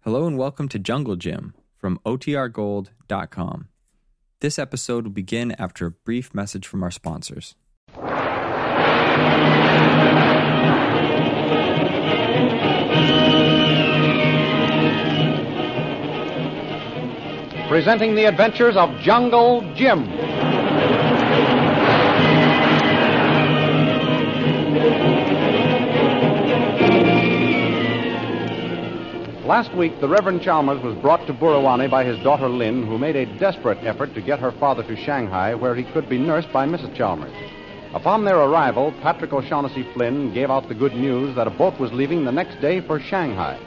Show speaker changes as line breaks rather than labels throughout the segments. Hello and welcome to Jungle Gym from OTRGold.com. This episode will begin after a brief message from our sponsors.
presenting the adventures of Jungle Jim. Last week, the Reverend Chalmers was brought to Burawani by his daughter Lynn, who made a desperate effort to get her father to Shanghai, where he could be nursed by Mrs. Chalmers. Upon their arrival, Patrick O'Shaughnessy Flynn gave out the good news that a boat was leaving the next day for Shanghai.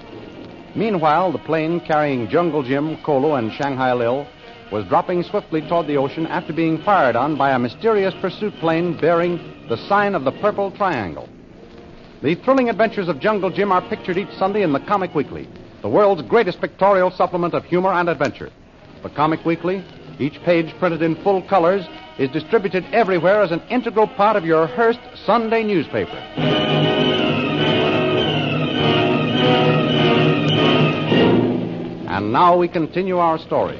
Meanwhile, the plane carrying Jungle Jim, Kolo, and Shanghai Lil was dropping swiftly toward the ocean after being fired on by a mysterious pursuit plane bearing the sign of the Purple Triangle. The thrilling adventures of Jungle Jim are pictured each Sunday in the Comic Weekly, the world's greatest pictorial supplement of humor and adventure. The Comic Weekly, each page printed in full colors, is distributed everywhere as an integral part of your Hearst Sunday newspaper. And now we continue our story.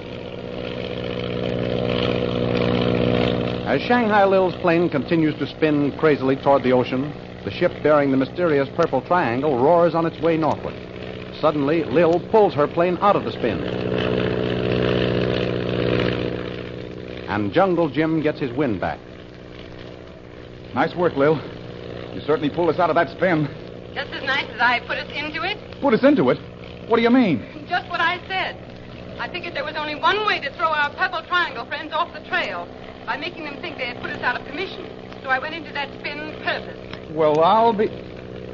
As Shanghai Lil's plane continues to spin crazily toward the ocean, the ship bearing the mysterious purple triangle roars on its way northward. Suddenly, Lil pulls her plane out of the spin. And Jungle Jim gets his wind back.
Nice work, Lil. You certainly pulled us out of that spin.
Just as nice as I put us into it.
Put us into it? What do you mean?
Just what I said. I figured there was only one way to throw our Purple Triangle friends off the trail by making them think they had put us out of commission. So I went into that spin purpose.
Well, I'll be.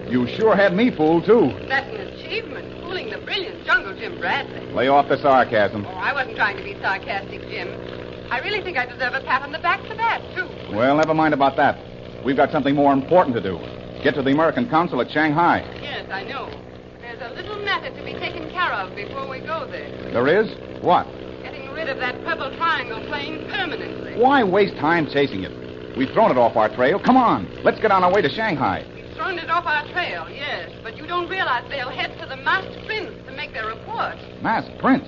You sure had me fooled, too.
That's an achievement, fooling the brilliant Jungle Jim Bradley.
Lay off the sarcasm.
Oh, I wasn't trying to be sarcastic, Jim. I really think I deserve a pat on the back for that, too.
Well, never mind about that. We've got something more important to do. Get to the American consul at Shanghai.
Yes, I know. There's a little matter to be taken care of before we go there.
There is? What?
Getting rid of that Purple Triangle plane permanently.
Why waste time chasing it? We've thrown it off our trail. Come on. Let's get on our way to Shanghai.
We've thrown it off our trail, yes, but you don't realize they'll head for the masked prince to make their report.
Masked Prince.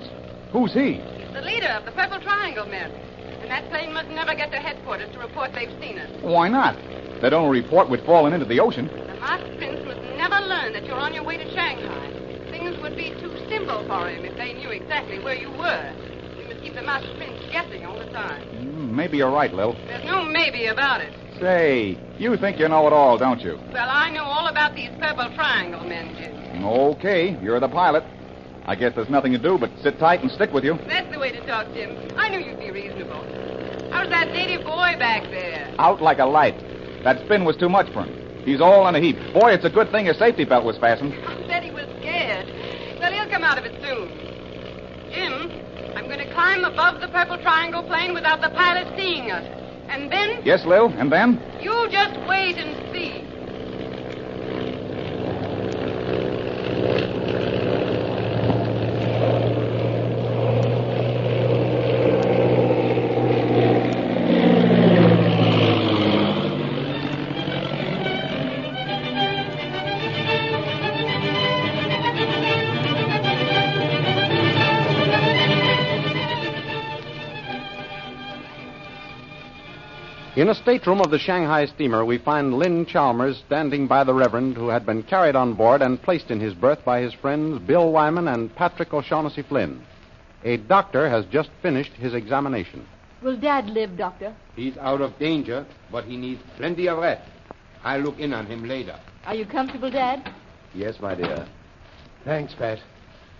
Who's he?
He's the leader of the Purple Triangle men, and that plane must never get to headquarters to report they've seen us.
Why not? That only report would fallen into the ocean.
The masked prince must never learn that you're on your way to Shanghai. Things would be too simple for him if they knew exactly where you were. We must keep the masked prince guessing all the time.
Mm, Maybe you're right, Lil.
There's no maybe about it.
Say, you think you know it all, don't you?
Well, I know all about these Purple Triangle men, Jim.
Okay, you're the pilot. I guess there's nothing to do but sit tight and stick with you.
That's the way to talk, Jim. I knew you'd be reasonable. How's that native boy back there?
Out like a light. That spin was too much for him. He's all in a heap. Boy, it's a good thing his safety belt was fastened.
I bet he was scared. Well, he'll come out of it soon. Jim, I'm going to climb above the purple triangle plane without the pilot seeing us. And then
Yes, Lil, and then?
you just wait and see.
In a stateroom of the Shanghai steamer, we find Lynn Chalmers standing by the Reverend who had been carried on board and placed in his berth by his friends Bill Wyman and Patrick O'Shaughnessy Flynn. A doctor has just finished his examination.
Will Dad live, Doctor?
He's out of danger, but he needs plenty of rest. I'll look in on him later.
Are you comfortable, Dad?
Yes, my dear. Thanks, Pat.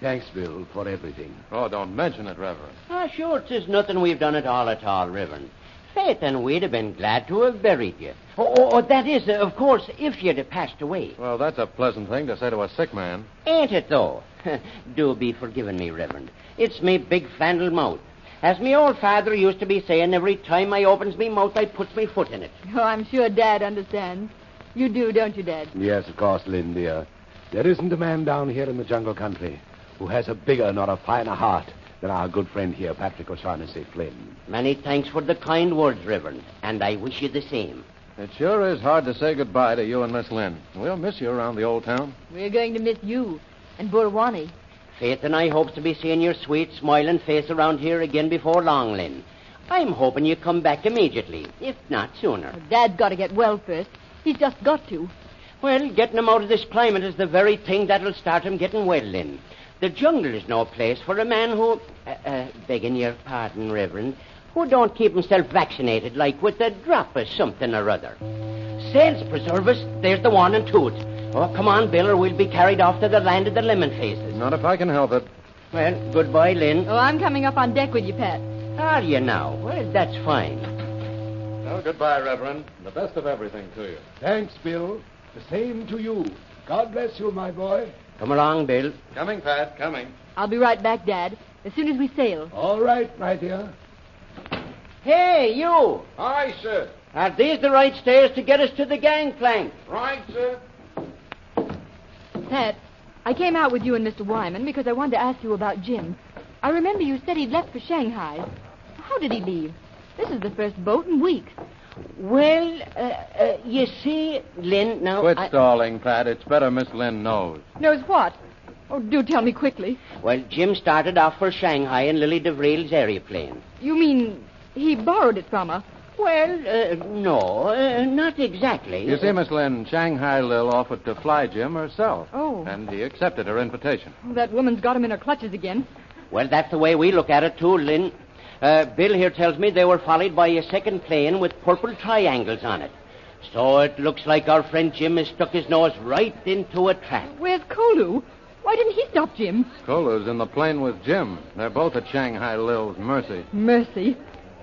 Thanks, Bill, for everything.
Oh, don't mention it, Reverend.
Ah, sure, it's nothing we've done at all at all, Reverend. Faith, and we'd have been glad to have buried you. Oh, oh, oh, that is, uh, of course, if you'd have passed away.
Well, that's a pleasant thing to say to a sick man.
Ain't it, though? Do be forgiving me, Reverend. It's me big fandle mouth. As me old father used to be saying, every time I opens me mouth, I puts me foot in it.
Oh, I'm sure Dad understands. You do, don't you, Dad?
Yes, of course, Lynn, dear. There isn't a man down here in the jungle country who has a bigger nor a finer heart than our good friend here, Patrick O'Shaughnessy Flynn.
Many thanks for the kind words, Reverend, and I wish you the same.
It sure is hard to say goodbye to you and Miss Lynn. We'll miss you around the old town.
We're going to miss you and Burwani.
Faith and I hopes to be seeing your sweet, smiling face around here again before long, Lynn. I'm hoping you come back immediately, if not sooner.
Dad's got to get well first. He's just got to.
Well, getting him out of this climate is the very thing that'll start him getting well in. The jungle is no place for a man who, uh, uh, begging your pardon, Reverend, who don't keep himself vaccinated, like with a drop of something or other. Saints preserve us, there's the one and two. Oh, come on, Bill, or we'll be carried off to the land of the lemon faces.
Not if I can help it.
Well, goodbye, Lynn.
Oh, I'm coming up on deck with you, Pat.
Are you now? Well, that's fine.
Well, goodbye, Reverend. The best of everything to you.
Thanks, Bill. The same to you. God bless you, my boy.
Come along, Bill.
Coming, Pat, coming.
I'll be right back, Dad, as soon as we sail.
All right, my dear.
Hey, you!
Aye, sir.
Are these the right stairs to get us to the gangplank?
Right, sir.
Pat, I came out with you and Mr. Wyman because I wanted to ask you about Jim. I remember you said he'd left for Shanghai. How did he leave? This is the first boat in weeks.
Well, uh, uh, you see, Lynn, now.
Quit
I-
stalling, Pat. It's better Miss Lynn knows.
Knows what? Oh, do tell me quickly.
Well, Jim started off for Shanghai in Lily DeVriel's aeroplane.
You mean he borrowed it from her?
Well, uh, no, uh, not exactly.
You see, Miss Lynn, Shanghai Lil offered to fly Jim herself.
Oh.
And he accepted her invitation.
Oh, that woman's got him in her clutches again.
Well, that's the way we look at it, too, Lynn. Uh, Bill here tells me they were followed by a second plane with purple triangles on it. So it looks like our friend Jim has stuck his nose right into a trap.
Where's Kolu? Why didn't he stop Jim?
Kolo's in the plane with Jim. They're both at Shanghai Lil's mercy.
Mercy.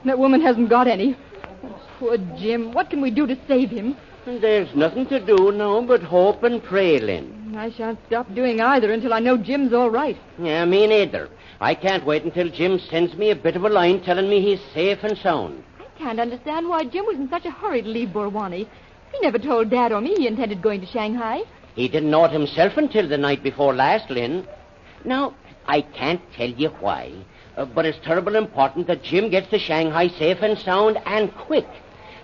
That woman hasn't got any. Oh, poor Jim. What can we do to save him?
And there's nothing to do now but hope and pray, Lynn.
I shan't stop doing either until I know Jim's all right.
Yeah, me neither. I can't wait until Jim sends me a bit of a line telling me he's safe and sound.
I can't understand why Jim was in such a hurry to leave Borwani. He never told Dad or me he intended going to Shanghai.
He didn't know it himself until the night before last, Lynn. Now, I can't tell you why, uh, but it's terrible important that Jim gets to Shanghai safe and sound and quick.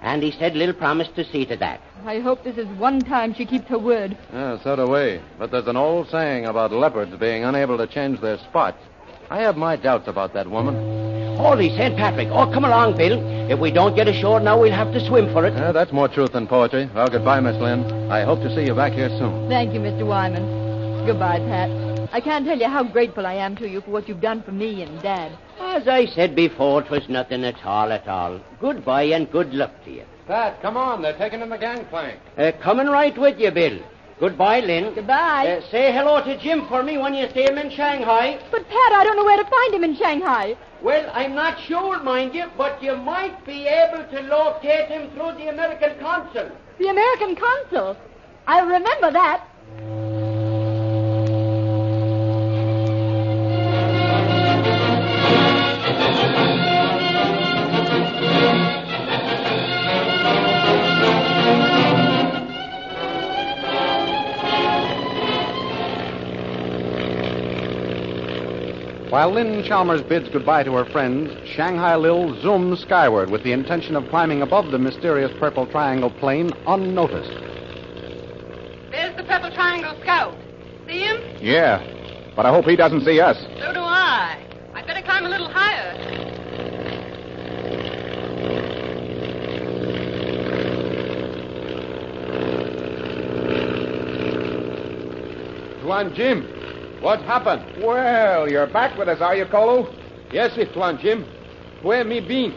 And he said Lil promised to see to that.
I hope this is one time she keeps her word.
Yeah, Ah, so do we. But there's an old saying about leopards being unable to change their spots. I have my doubts about that woman.
Holy St. Patrick! Oh, come along, Bill. If we don't get ashore now, we'll have to swim for it.
Yeah, Ah, that's more truth than poetry. Well, goodbye, Miss Lynn. I hope to see you back here soon.
Thank you, Mr. Wyman. Goodbye, Pat. I can't tell you how grateful I am to you for what you've done for me and Dad.
As I said before, 'twas nothing at all, at all. Goodbye and good luck to you.
Pat, come on. They're taking in the gangplank.
Uh, coming right with you, Bill. Goodbye, Lynn.
Goodbye.
Uh, say hello to Jim for me when you see him in Shanghai.
But, Pat, I don't know where to find him in Shanghai.
Well, I'm not sure, mind you, but you might be able to locate him through the American consul.
The American consul. I'll remember that.
While Lynn Chalmers bids goodbye to her friends, Shanghai Lil zooms skyward with the intention of climbing above the mysterious purple triangle plane unnoticed.
There's the Purple Triangle Scout. See him?
Yeah. But I hope he doesn't see us.
So do I. I'd better climb a little higher.
Tuan Jim, what happened?
Well, you're back with us, are you, Kolo?
Yes, it's Tuan Jim. Where me been?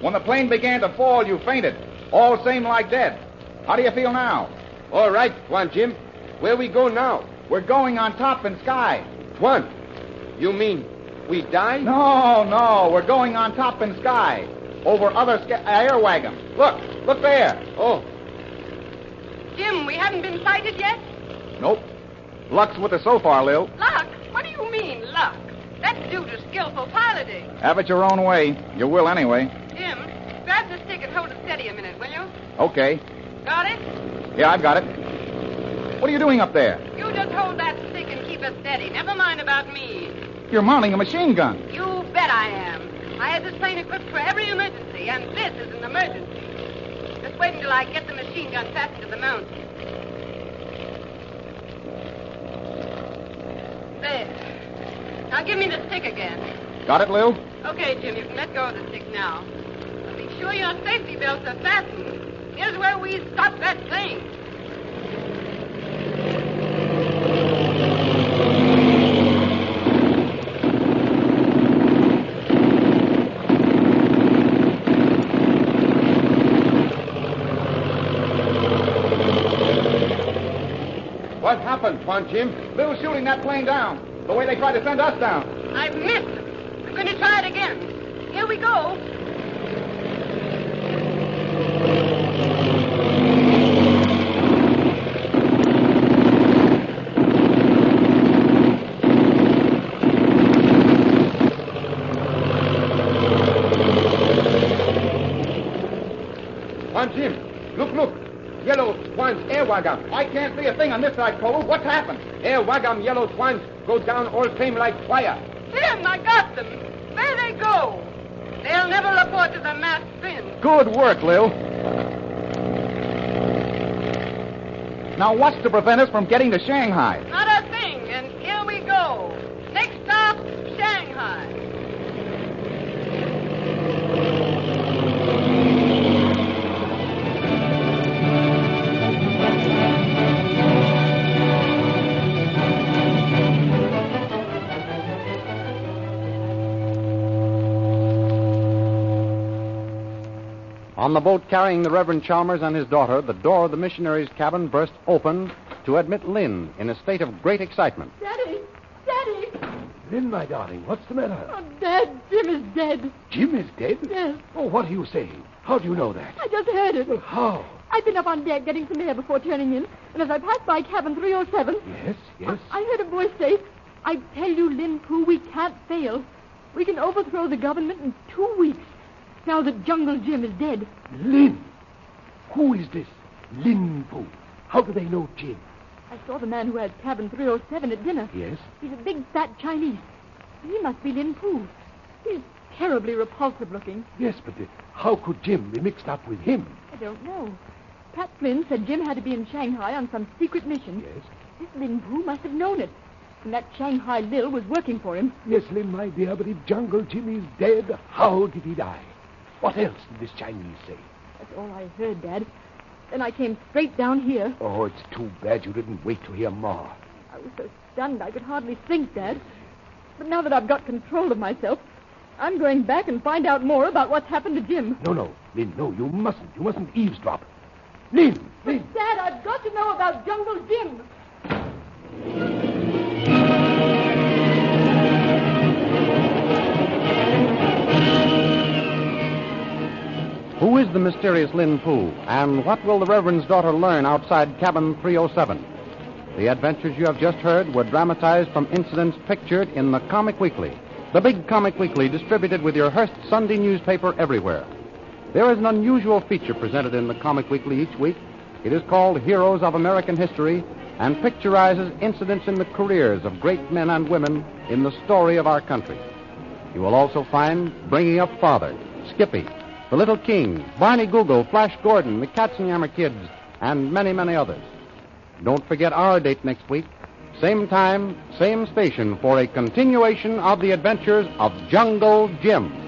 When the plane began to fall, you fainted. All same like dead. How do you feel now?
All right, Tuan Jim. Where we go now?
We're going on top in sky.
Tuan, you mean we die?
No, no, we're going on top in sky. Over other sca- uh, air wagon. Look, look there.
Oh,
Jim, we haven't been sighted yet?
Nope. Luck's with us so far, Lil.
Luck? What do you mean, luck? That's due to skillful piloting.
Have it your own way. You will anyway.
Jim, grab the stick and hold it steady a minute, will you?
Okay.
Got it?
Yeah, I've got it. What are you doing up there?
You just hold that stick and keep it steady. Never mind about me.
You're mounting a machine gun.
You bet I am. I had this plane equipped for every emergency, and this is an emergency. Just wait until I get the machine gun fastened to the mountain. There. Now give me the stick again.
Got it, Lou?
Okay, Jim, you can let go of the stick now. But be sure your safety belts are fastened. Here's where we stop that thing.
What happened, Quan Jim? They were shooting that plane down. The way they tried to send us down.
I've missed. I'm going to try it again. Here we go.
Quan Jim, look, look. Yellow Swan's air wagon. I can't see a thing on this side, Cole. What's happened? Air wagon, yellow swans go down all same like fire.
Jim, I got them. There they go. They'll never report to the masked spin.
Good work, Lil. Now, what's to prevent us from getting to Shanghai?
Not a thing, and here we go. Next stop, Shanghai.
On the boat carrying the Reverend Chalmers and his daughter, the door of the missionary's cabin burst open to admit Lynn in a state of great excitement.
Daddy! Daddy!
Lynn, my darling, what's the matter?
Oh, Dad, Jim is dead.
Jim is dead?
Yes.
Oh, what are you saying? How do you know that?
I just heard it.
Well, how?
I'd been up on deck getting some air before turning in, and as I passed by cabin 307,
Yes, yes.
I, I heard a voice say, I tell you, Lin Poo, we can't fail. We can overthrow the government in two weeks, now that Jungle Jim is dead.
Lin. Who is this? Lin Poo. How do they know Jim?
I saw the man who had cabin 307 at dinner.
Yes.
He's a big, fat Chinese. He must be Lin Poo. He's terribly repulsive looking.
Yes, but uh, how could Jim be mixed up with him?
I don't know. Pat Flynn said Jim had to be in Shanghai on some secret mission.
Yes.
This Lin Poo must have known it. And that Shanghai Lil was working for him.
Yes, Lin, my dear, but if Jungle Jim is dead, how did he die? What else did this Chinese say?
That's all I heard, Dad. Then I came straight down here.
Oh, it's too bad you didn't wait to hear more.
I was so stunned I could hardly think, Dad. But now that I've got control of myself, I'm going back and find out more about what's happened to Jim.
No, no, Lin, no, you mustn't. You mustn't eavesdrop. Lin, Lin.
But, Dad, I've got to know about Jungle Jim.
Who is the mysterious Lin Fu, and what will the Reverend's daughter learn outside cabin 307? The adventures you have just heard were dramatized from incidents pictured in the Comic Weekly, the big Comic Weekly distributed with your Hearst Sunday newspaper everywhere. There is an unusual feature presented in the Comic Weekly each week. It is called Heroes of American History and picturizes incidents in the careers of great men and women in the story of our country. You will also find Bringing Up Father, Skippy, The Little King, Barney Google, Flash Gordon, The Katzenjammer Kids, and many, many others. Don't forget our date next week, same time, same station, for a continuation of the adventures of Jungle Jim.